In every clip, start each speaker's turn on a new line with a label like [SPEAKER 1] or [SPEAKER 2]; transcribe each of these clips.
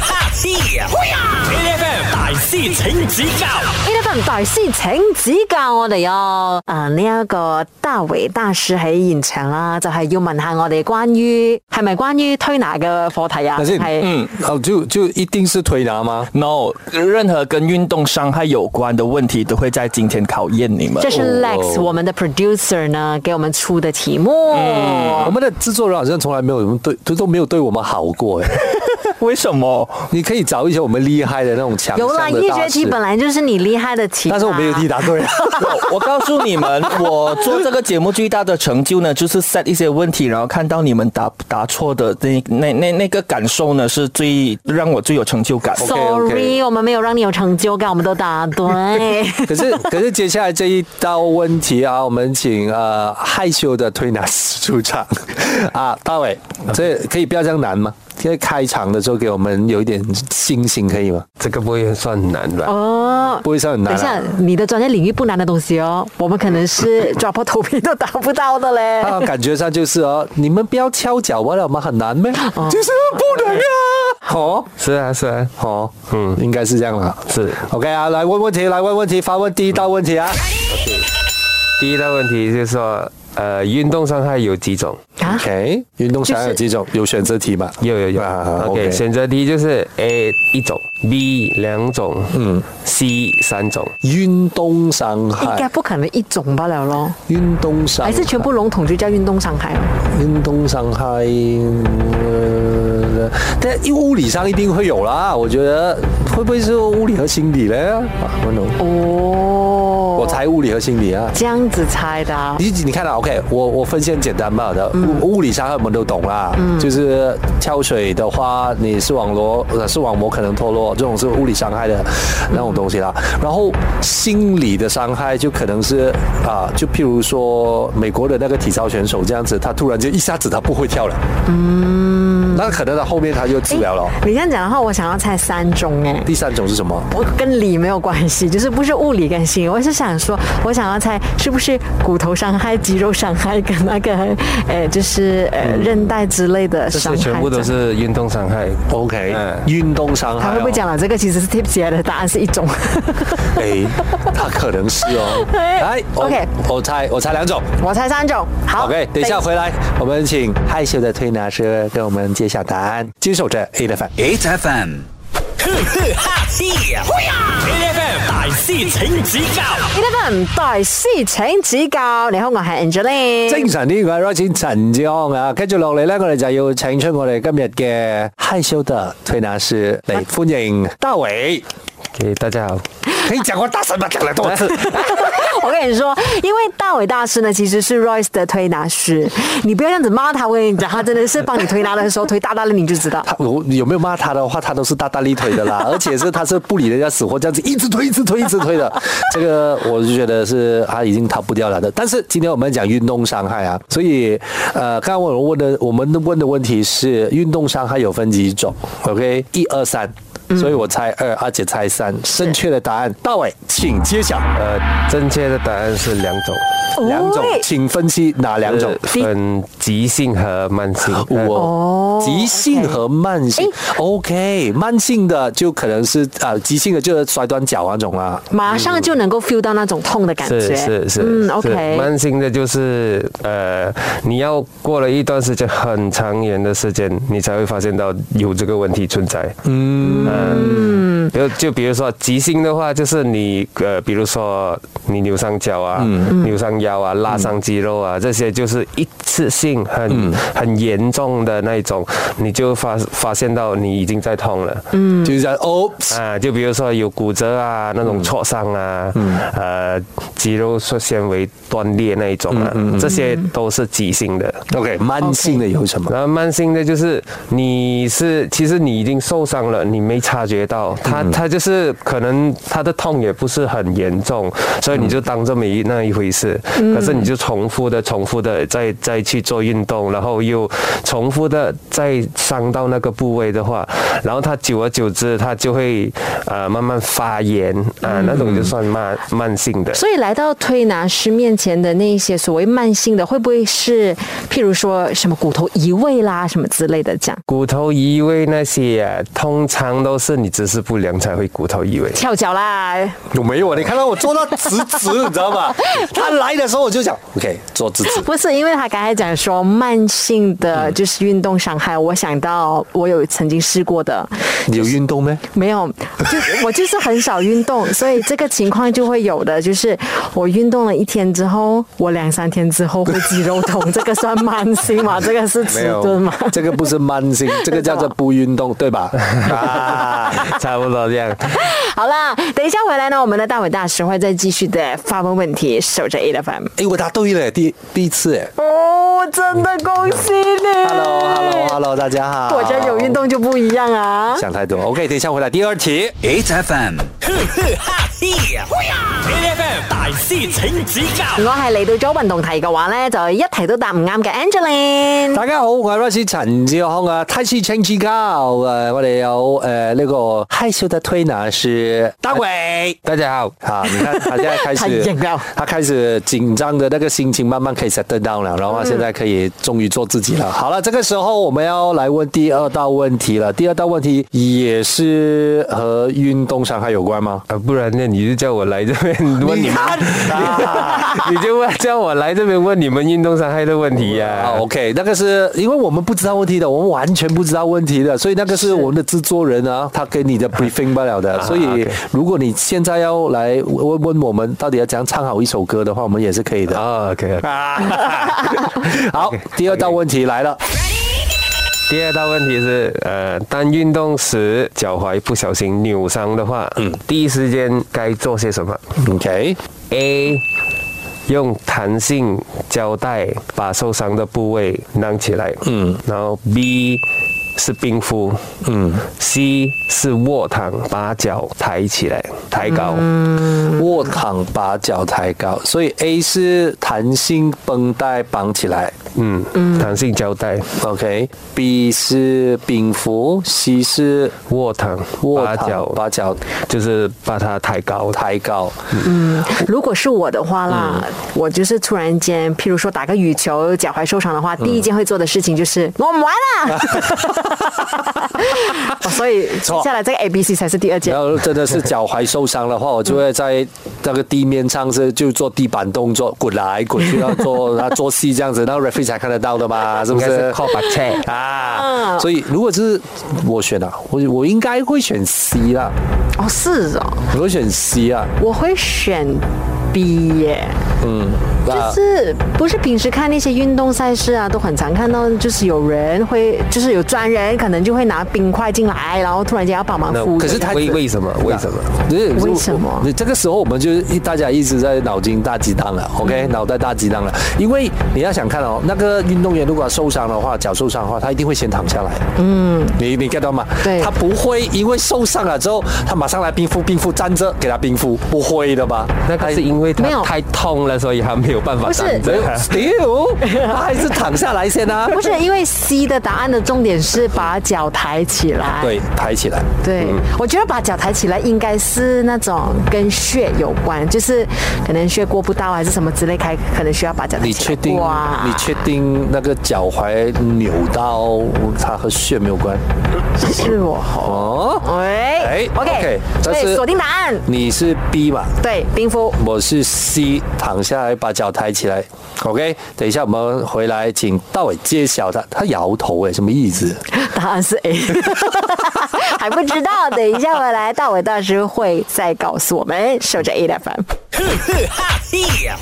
[SPEAKER 1] 哈气呀！FM 大师请指教
[SPEAKER 2] 呢一份大師請指教我哋哦。啊，呢、一個大偉大師喺現場啦，就係、要問下我哋關於係咪關於推拿嘅課題啊？
[SPEAKER 3] 可是，
[SPEAKER 2] 係
[SPEAKER 3] 嗯，哦，就就一定是推拿吗？
[SPEAKER 4] No，任何跟运动伤害有关的问题都会在今天考验你们哦
[SPEAKER 2] 这。
[SPEAKER 3] 哦
[SPEAKER 2] 是 Lex 我们的 producer 呢给我们出的题目。
[SPEAKER 3] 我们的制作人啊好像从来没有什么对，都都没有对我们好过 哎。
[SPEAKER 4] 为什么？
[SPEAKER 3] 你可以找一些我们厉害的那种强项
[SPEAKER 2] 有
[SPEAKER 3] 的大
[SPEAKER 2] 啦，
[SPEAKER 3] 师
[SPEAKER 2] 医学题本来就是你厉害的题、
[SPEAKER 3] 但是我没有
[SPEAKER 2] 题。
[SPEAKER 3] 替答 对啊。
[SPEAKER 4] 我我告诉你们， 我做这个节目最大的成就呢，就是 set 一些问题，然后看到你们答答错的那那那那个感受呢，是最让我最有成就感。
[SPEAKER 3] OK，OK
[SPEAKER 2] Sorry，我们没有让你有成就感，我们都答 对。
[SPEAKER 3] 可是可是接下来这一道问题啊，我们请呃害羞的推拿师出场啊，大伟，
[SPEAKER 2] 嗯
[SPEAKER 3] 这可以不要这样难吗？现在开场的时候给我们有一点信心，可以吗？
[SPEAKER 5] 这个不会算难吧？
[SPEAKER 2] 哦，
[SPEAKER 3] 不会是很难、
[SPEAKER 2] 等一
[SPEAKER 3] 啊。
[SPEAKER 2] 下，你的专业领域不难的东西哦，我们可能是 抓破头皮都达不到的嘞。
[SPEAKER 3] 啊，感觉上就是哦，你们不要敲脚完了吗？很难咩？
[SPEAKER 2] 哦
[SPEAKER 3] 就是不能啊。哦
[SPEAKER 5] 是啊，是啊，
[SPEAKER 3] 哦，嗯，应该是这样了。
[SPEAKER 5] 是。
[SPEAKER 3] OK 啊，来问问题，来问问题，发问第一道问题啊。
[SPEAKER 5] 第一道问题就是说，呃，运动伤害有几种？
[SPEAKER 2] 啊，
[SPEAKER 3] OK，运动伤害有几种？有选择题吗？
[SPEAKER 5] 有有有。
[SPEAKER 3] 啊
[SPEAKER 5] OK，
[SPEAKER 3] ，OK，
[SPEAKER 5] 选择题就是 A 一种，B 两种，嗯，C 三种。
[SPEAKER 3] 运动伤
[SPEAKER 2] 应该
[SPEAKER 3] 害，
[SPEAKER 2] 不可能一种罢了咯，
[SPEAKER 3] 运动伤害
[SPEAKER 2] 还是全部笼统就叫运动伤害哦。
[SPEAKER 3] 运动伤害。呃但因为物理上一定会有啦，我觉得会不会是物理和心理呢？啊，温柔，
[SPEAKER 2] 哦，
[SPEAKER 3] 我猜物理和心理啊。
[SPEAKER 2] 这样子猜的啊。
[SPEAKER 3] 你你看到 OK，我我分析很简单吧的，
[SPEAKER 2] 嗯
[SPEAKER 3] 物物理伤害我们都懂啦，就是跳水的话，你视网膜呃视网膜可能脱落，这种是物理伤害的那种东西啦。然后心理的伤害就可能是啊、就譬如说美国的那个体操选手这样子，他突然间一下子他不会跳了，嗯，那可能他后面他就治疗了。
[SPEAKER 2] 你这样讲的话，我想要猜三种哎。
[SPEAKER 3] 第三种是什么？
[SPEAKER 2] 我跟理没有关系，就是不是物理跟心理。我是想说，我想要猜是不是骨头伤害、肌肉伤害跟那个，呃，就是呃韧带之类的
[SPEAKER 5] 这
[SPEAKER 2] 伤害
[SPEAKER 5] 些
[SPEAKER 2] 这样。
[SPEAKER 5] 全部都是运动伤害。
[SPEAKER 3] OK，、
[SPEAKER 5] 嗯
[SPEAKER 3] 运动伤害、
[SPEAKER 2] 他
[SPEAKER 3] 哦。
[SPEAKER 2] 会不会讲了？这个其实是 tips 来的答案是一种。
[SPEAKER 3] 哎，他可能是哦。来我
[SPEAKER 2] OK
[SPEAKER 3] 我猜我猜两种。
[SPEAKER 2] 我猜三种。好
[SPEAKER 3] OK，等一下
[SPEAKER 2] 等
[SPEAKER 3] 回来，我们请害羞的推拿师跟我们揭晓答案。坚守着 A 的反
[SPEAKER 1] ，HFM，哈气呀！FM 大师请指教
[SPEAKER 2] Eleven 代思請指教，你好，我係 Angeline。
[SPEAKER 3] 精神呢個係 r o g e 陳志昂啊，跟住落嚟咧，我哋就要請出我哋今日嘅害羞的推拿師嚟歡迎 大偉。
[SPEAKER 5] OK，大家好。
[SPEAKER 3] 你講我大神吧，講了多次。
[SPEAKER 2] 我跟你说，因为大伟大师呢，其实是 Royce 的推拿师，你不要这样子骂他。我跟你讲，他真的是帮你推拿的时候推大大力，你就知道。
[SPEAKER 3] 他我有没有骂他的话，他都是大大力推的啦，而且是他是不理人家死活，这样子一直推，一直推，一直推的。这个我就觉得是他已经逃不掉了的。但是今天我们讲运动伤害啊，所以呃，刚刚我们问的我们问的问题是运动伤害有分几种？OK，一二三。所以我猜二，阿姐猜三，正确的答案，大伟，请揭晓
[SPEAKER 5] 呃，正确的答案是两种，
[SPEAKER 2] 哦
[SPEAKER 3] 两种
[SPEAKER 2] 喂，
[SPEAKER 3] 请分析哪两种
[SPEAKER 5] 是？分急性和慢性。
[SPEAKER 3] 我
[SPEAKER 2] 哦
[SPEAKER 3] 急性和慢性，OK，慢性的就可能是啊，急性的就是摔断脚那种啊啦。
[SPEAKER 2] 马上就能够 feel 到那种痛的感觉。
[SPEAKER 5] 是是是，
[SPEAKER 2] 嗯
[SPEAKER 5] 是
[SPEAKER 2] ，OK。
[SPEAKER 5] 慢性的就是呃，你要过了一段时间很长远的时间，你才会发现到有这个问题存在。嗯，嗯，比如就比如说急性的话，就是你呃，比如说你扭伤脚啊、扭伤腰啊、拉伤肌肉啊，这些就是一次性很、很严重的那一种，你就发发现到你已经在痛了。
[SPEAKER 3] 嗯，就是讲哦，
[SPEAKER 5] 啊，就比如说有骨折啊，那种挫伤啊，呃，肌肉说纤维断裂那一种啊，这些都是急性的。
[SPEAKER 3] OK，慢性的有什么？
[SPEAKER 5] 然后慢性的就是你是其实你已经受伤了，你没察觉到，他他就是可能他的痛也不是很严重，所以你就当这么一那一回事。可是你就重复的、重复的再再去做运动，然后又重复的再伤到那个部位的话，然后它久而久之，它就会呃慢慢发炎啊、那种就算慢慢性的。
[SPEAKER 2] 所以来到推拿师面前的那一些所谓慢性的，会不会是譬如说什么骨头移位啦，什么之类的这样？
[SPEAKER 5] 骨头移位那些、啊通常都是你姿势不良才会骨头移位。
[SPEAKER 2] 跳脚啦，
[SPEAKER 3] 有没有啊？你看到我坐到直直，你知道吗？他来的时候我就想，OK，坐直直。
[SPEAKER 2] 不是因为他刚才讲说慢性的
[SPEAKER 5] 嗯
[SPEAKER 2] 就是运动伤害，我想到我有曾经试过的，
[SPEAKER 3] 你有运动没？
[SPEAKER 2] 没有，就我就是很少运动，所以这个情况就会有的，就是我运动了一天之后，我两三天之后会肌肉痛，这个算慢性吗？这个是迟钝吗？
[SPEAKER 3] 这个不是慢性，这个叫做不运动，对吧？
[SPEAKER 5] 啊，差不多这样。
[SPEAKER 2] 好啦，等一下回来呢，我们的大伟大师会再继续的发问问题，守着 A F M。
[SPEAKER 3] 哎，我答对了，第第一次哎。
[SPEAKER 2] 哦，真的恭喜你
[SPEAKER 3] Hello，Hello，Hello，大家好。
[SPEAKER 2] 果真有运，动就不一样啊。
[SPEAKER 3] 想太多。OK，等一下回来第二题。
[SPEAKER 1] ，HFM，呵呵哈嘿呀，HFM 大师请指教
[SPEAKER 2] 我係嚟到咗運動題嘅話咧，就一題都答唔啱嘅 Angeline。
[SPEAKER 3] 大家好，我係 Rosie 陳志康啊，泰式請指教誒，我哋有誒呢、個害羞的推拿師大偉。
[SPEAKER 5] 大家好，
[SPEAKER 3] 啊，你看他現在 開
[SPEAKER 2] 太硬
[SPEAKER 3] 始
[SPEAKER 2] 了，
[SPEAKER 3] 他開始緊張的那個心情慢慢可以 settle down 了，然後他現在可以終於做自己了。好了，這個時候我們要來問第二道問題了。第二道問題也是和運動傷害有關嗎？
[SPEAKER 5] 啊，不然呢你就叫我来这 边问你们， 你就问叫我来这边问你们运动伤害的问题呀、
[SPEAKER 3] 啊，OK，那个是因为我们不知道问题的，我们完全不知道问题的，所以那个是我们的制作人啊，他给你的 briefing 不了的。所以
[SPEAKER 5] OK
[SPEAKER 3] 如果你现在要来问问我们到底要怎样唱好一首歌的话，我们也是可以的。
[SPEAKER 5] 啊，OK，
[SPEAKER 3] 好，第二道问题来了，
[SPEAKER 5] 第二大问题是，呃，当运动时脚踝不小心扭伤的话，嗯，第一时间该做些什么
[SPEAKER 3] OK，
[SPEAKER 5] ？A，用弹性胶带把受伤的部位弄起来，嗯，然后 B 是冰敷，嗯，C 是卧躺把脚抬起来，抬高，
[SPEAKER 3] 卧躺把脚抬高，所以 A 是弹性绷带绑起来
[SPEAKER 5] 嗯，弹性胶带，
[SPEAKER 3] ，OK，B 是冰敷，C 是
[SPEAKER 5] 卧躺，
[SPEAKER 3] 卧
[SPEAKER 5] 把
[SPEAKER 3] 躺
[SPEAKER 5] 脚
[SPEAKER 3] 把脚
[SPEAKER 5] 就是把它抬高，嗯
[SPEAKER 3] 抬高。嗯
[SPEAKER 2] 如果是我的话啦，我就是突然间，譬如說打個羽球，腳踝受傷的話，第一件會做的事情就是、我唔玩啦。 哦所以接下來這個 A B C 才是第二件
[SPEAKER 3] 然。后真的是脚踝受伤 的话，我就会在那个地面上是就做地板动作，滚来滚去，要做然后做戏这样子，那 referee 才看得到的 嘛，是不
[SPEAKER 5] 应该
[SPEAKER 3] 是
[SPEAKER 5] 是？靠把菜。
[SPEAKER 2] 嗯
[SPEAKER 3] 啊，所以如果是我选啊，我我应该会选 C 啦，
[SPEAKER 2] 哦，是哦，
[SPEAKER 3] 我会选 C 啊，
[SPEAKER 2] 我會選 B 耶。
[SPEAKER 3] 那
[SPEAKER 2] 啊就是不是平时看那些运动赛事啊，都很常看到，就是有人会，就是有专人可能就会拿冰块进来，然后突然间要帮忙
[SPEAKER 5] 那
[SPEAKER 2] 敷。
[SPEAKER 3] 呃可是他
[SPEAKER 5] 为为什么？为什么？
[SPEAKER 3] 那
[SPEAKER 2] 啊为什么
[SPEAKER 3] 你这个时候我们就是一大家一直在脑筋大鸡汤了，OK，脑
[SPEAKER 2] 嗯
[SPEAKER 3] 袋大鸡汤了。因为你要想看哦，那个运动员如果受伤的话，脚受伤的话，他一定会先躺下来。嗯，你你 get 到吗？
[SPEAKER 2] 对
[SPEAKER 3] 他不会因为受伤啊了之后，他马上来冰敷，冰敷站着给他冰敷，不会的吧？
[SPEAKER 5] 那个是因为
[SPEAKER 2] 没有
[SPEAKER 5] 它太痛了，所以还没有办法
[SPEAKER 2] 不是
[SPEAKER 5] 站
[SPEAKER 3] 没
[SPEAKER 5] 着
[SPEAKER 3] 有。，still，他还是躺下来先啊。
[SPEAKER 2] 不是因为 C 的答案的重点是把脚抬起来。
[SPEAKER 3] 对，抬起来。
[SPEAKER 2] 对
[SPEAKER 3] 嗯
[SPEAKER 2] 我觉得把脚抬起来应该是那种跟血有关，就是可能血过不到还是什么之类，开可能需要把脚抬
[SPEAKER 3] 你
[SPEAKER 2] 起来。
[SPEAKER 3] 确定？
[SPEAKER 2] 哇
[SPEAKER 3] 你确定那个脚踝扭到，它和血没有关？
[SPEAKER 2] 是我吼？
[SPEAKER 3] 哦。
[SPEAKER 2] 喂
[SPEAKER 3] 哎
[SPEAKER 2] ，OK，
[SPEAKER 3] OK，但
[SPEAKER 2] 对，
[SPEAKER 3] 是
[SPEAKER 2] 锁定答案，
[SPEAKER 3] 你是 B 嘛？
[SPEAKER 2] 对，冰 敷。
[SPEAKER 3] 我是 C，躺下来把脚抬起来。OK，等一下我们回来，请大伟揭晓他。他摇头哎，什么意思？
[SPEAKER 2] 答案是 A，还不知道，等一下回来大伟大师会再告诉我们。守着 A 的 FM，
[SPEAKER 1] 呵呵哈嘿呀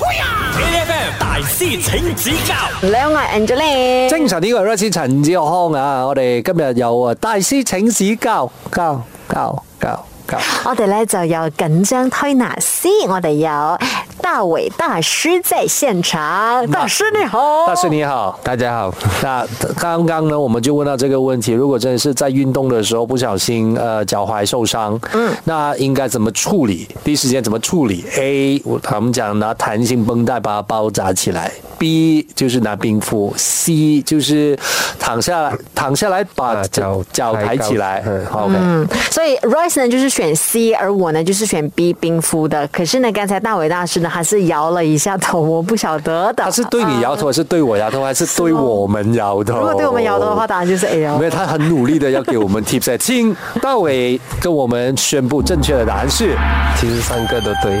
[SPEAKER 1] ，HFM 大师请指教
[SPEAKER 2] 两岸 Angeline，
[SPEAKER 3] 精神呢個係 Rosie 陳志康啊，我哋今日有啊大師請指教教教教教。
[SPEAKER 2] 我哋咧就有緊張推拿師，我哋有大伟大师在现场。大师你好，
[SPEAKER 3] 大师你好，
[SPEAKER 5] 大家好，
[SPEAKER 3] 那刚刚呢，我们就问到这个问题：如果真的是在运动的时候不小心呃脚踝受伤，嗯，那应该怎么处理？第一时间怎么处理？A，我他们讲拿弹性绷带把它包扎起来；B 就是拿冰敷；C 就是躺下来，躺下来把
[SPEAKER 5] 啊脚
[SPEAKER 3] 脚抬
[SPEAKER 5] 抬高
[SPEAKER 3] 起来。
[SPEAKER 5] 嗯
[SPEAKER 3] 好 OK，
[SPEAKER 2] 嗯，所以 Royce 呢就是选 C，而我呢就是选 B 冰敷的。可是呢，刚才大伟大师呢还是摇了一下头，我不晓得的。
[SPEAKER 3] 他是对你摇头，还是对我摇头，还是对我们摇头？
[SPEAKER 2] 啊如果对我们摇头的话，答案就是 A 哦
[SPEAKER 3] 没。有，他很努力的要给我们 tips，请大伟跟我们宣布正确的答案是
[SPEAKER 5] 其实三个都对，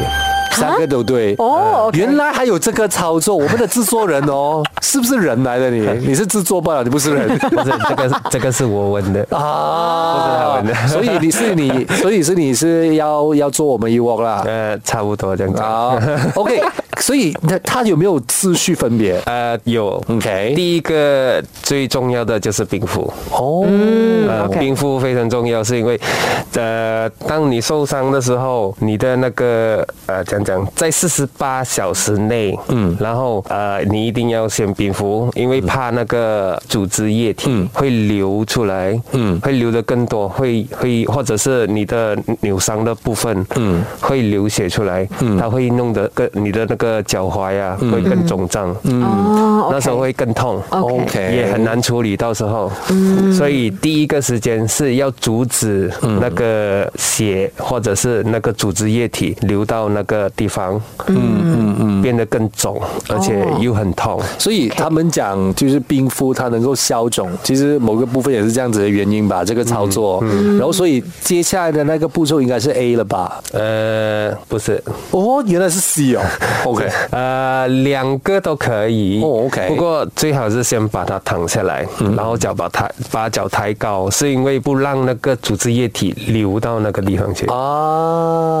[SPEAKER 3] 三个都对。
[SPEAKER 2] 啊哦，OK
[SPEAKER 3] 原来还有这个操作，我们的制作人 哦，是不是人来的你？ 你是制作罢了，你不是人
[SPEAKER 5] 不是这个这个是我问的，
[SPEAKER 3] 啊？ 所以你是你，所以是你是要要做我们 e work 啦。
[SPEAKER 5] 呃，差不多这样子。
[SPEAKER 3] 好，OK，所以他他有没有次序分别
[SPEAKER 5] 呃，有
[SPEAKER 3] ？OK，
[SPEAKER 5] 第一个最重要的就是冰敷，
[SPEAKER 3] 哦，
[SPEAKER 5] 呃
[SPEAKER 2] OK
[SPEAKER 5] 冰敷非常重要，是因为，呃，当你受伤的时候，你的那个呃，讲讲在四十八小时内，嗯，然后呃，你一定要先冰敷，因为怕那个组织液体会流出来，嗯，会流的更多，会会或者是你的扭伤的部分，嗯，会流血出来，嗯，它会弄得更你的那个脚踝啊会更肿胀，
[SPEAKER 2] 哦，OK
[SPEAKER 5] 那时候会更痛
[SPEAKER 2] OK
[SPEAKER 3] OK
[SPEAKER 5] 也很难处理，到时候，所以第一个时间是要阻止那个血或者是那个组织液体流到那个地方，嗯嗯嗯，变得更肿，而且又很痛。
[SPEAKER 3] 所以他们讲就是冰敷它能够消肿，其实某个部分也是这样子的原因吧，这个操作。然后所以接下来的那个步骤应该是 A 了吧？
[SPEAKER 5] 呃，不是，
[SPEAKER 3] 哦，原来是 C 哦。OK，
[SPEAKER 5] 呃，两个都可以。
[SPEAKER 3] 哦，OK
[SPEAKER 5] 不过最好是先把它躺下来，然后脚把抬，把脚抬高，是因为不让那个组织液体流到那个地方去。
[SPEAKER 3] 啊，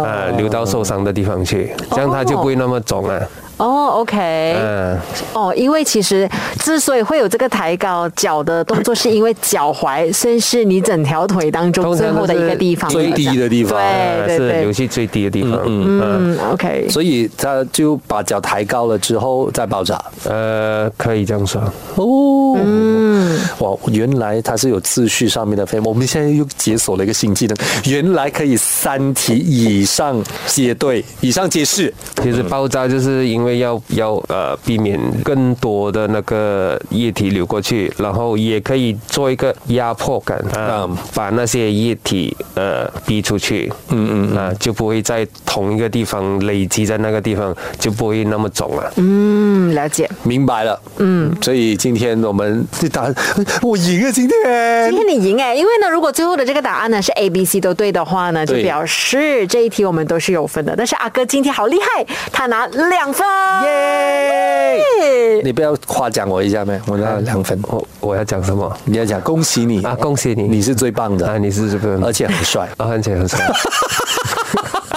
[SPEAKER 5] 呃，流到受伤的地方去，这样它就不会那么肿啊了。
[SPEAKER 2] 哦，OK，
[SPEAKER 5] 嗯、
[SPEAKER 2] 哦，因为其实之所以会有这个抬高脚的动作，是因为脚踝算是你整条腿当中
[SPEAKER 5] 通
[SPEAKER 2] 最
[SPEAKER 5] 常
[SPEAKER 2] 后的一个地方，
[SPEAKER 3] 最低的地方
[SPEAKER 2] 对
[SPEAKER 5] 呃
[SPEAKER 2] 对
[SPEAKER 5] 是
[SPEAKER 2] 对
[SPEAKER 5] 流，去最低的地方。嗯
[SPEAKER 2] 嗯，OK，
[SPEAKER 3] 所以他就把脚抬高了之后再爆炸。
[SPEAKER 5] 呃，可以这样说。
[SPEAKER 3] 哦，嗯，哇，原来它是有秩序上面的分。我们现在又解锁了一个新技能，原来可以三题以上皆对，以上皆是。
[SPEAKER 5] 其实爆炸就是因为要要呃避免更多的那个液体流过去，然后也可以做一个压迫感，呃
[SPEAKER 3] 嗯
[SPEAKER 5] 把那些液体呃逼出去。嗯嗯，啊、就不会在同一个地方累积在那个地方，就不会那么啊肿了。
[SPEAKER 2] 嗯，了解。
[SPEAKER 3] 明白了，嗯，所以今天我们 这答案，我赢了今天
[SPEAKER 2] 今。天你赢哎，因为呢，如果最后的这个答案呢是 A、B、C 都对的话呢，就
[SPEAKER 3] 对
[SPEAKER 2] 表示这一题我们都是有分的。但是阿哥今天好厉害，他拿两分，耶！
[SPEAKER 3] 你不要夸奖我一下没？我拿了两分，
[SPEAKER 5] 我我要讲什么
[SPEAKER 3] 你要讲啊恭喜你
[SPEAKER 5] 啊？恭喜你，
[SPEAKER 3] 你是最棒
[SPEAKER 5] 啊，
[SPEAKER 3] 的，
[SPEAKER 5] 你是这边，
[SPEAKER 3] 而且很帅。
[SPEAKER 5] 啊，很巧很巧。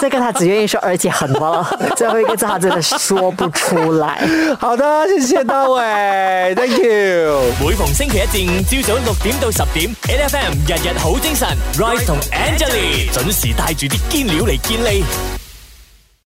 [SPEAKER 2] 这个他只愿意说，而且很了， 最后一个字他真的说不出来。
[SPEAKER 3] 好的，谢谢大 伟，Thank you。
[SPEAKER 1] 每逢星期一至五朝早六點到十點，N F M 日日好精神，Rise 同 Angelie 準時帶住啲堅料嚟健利。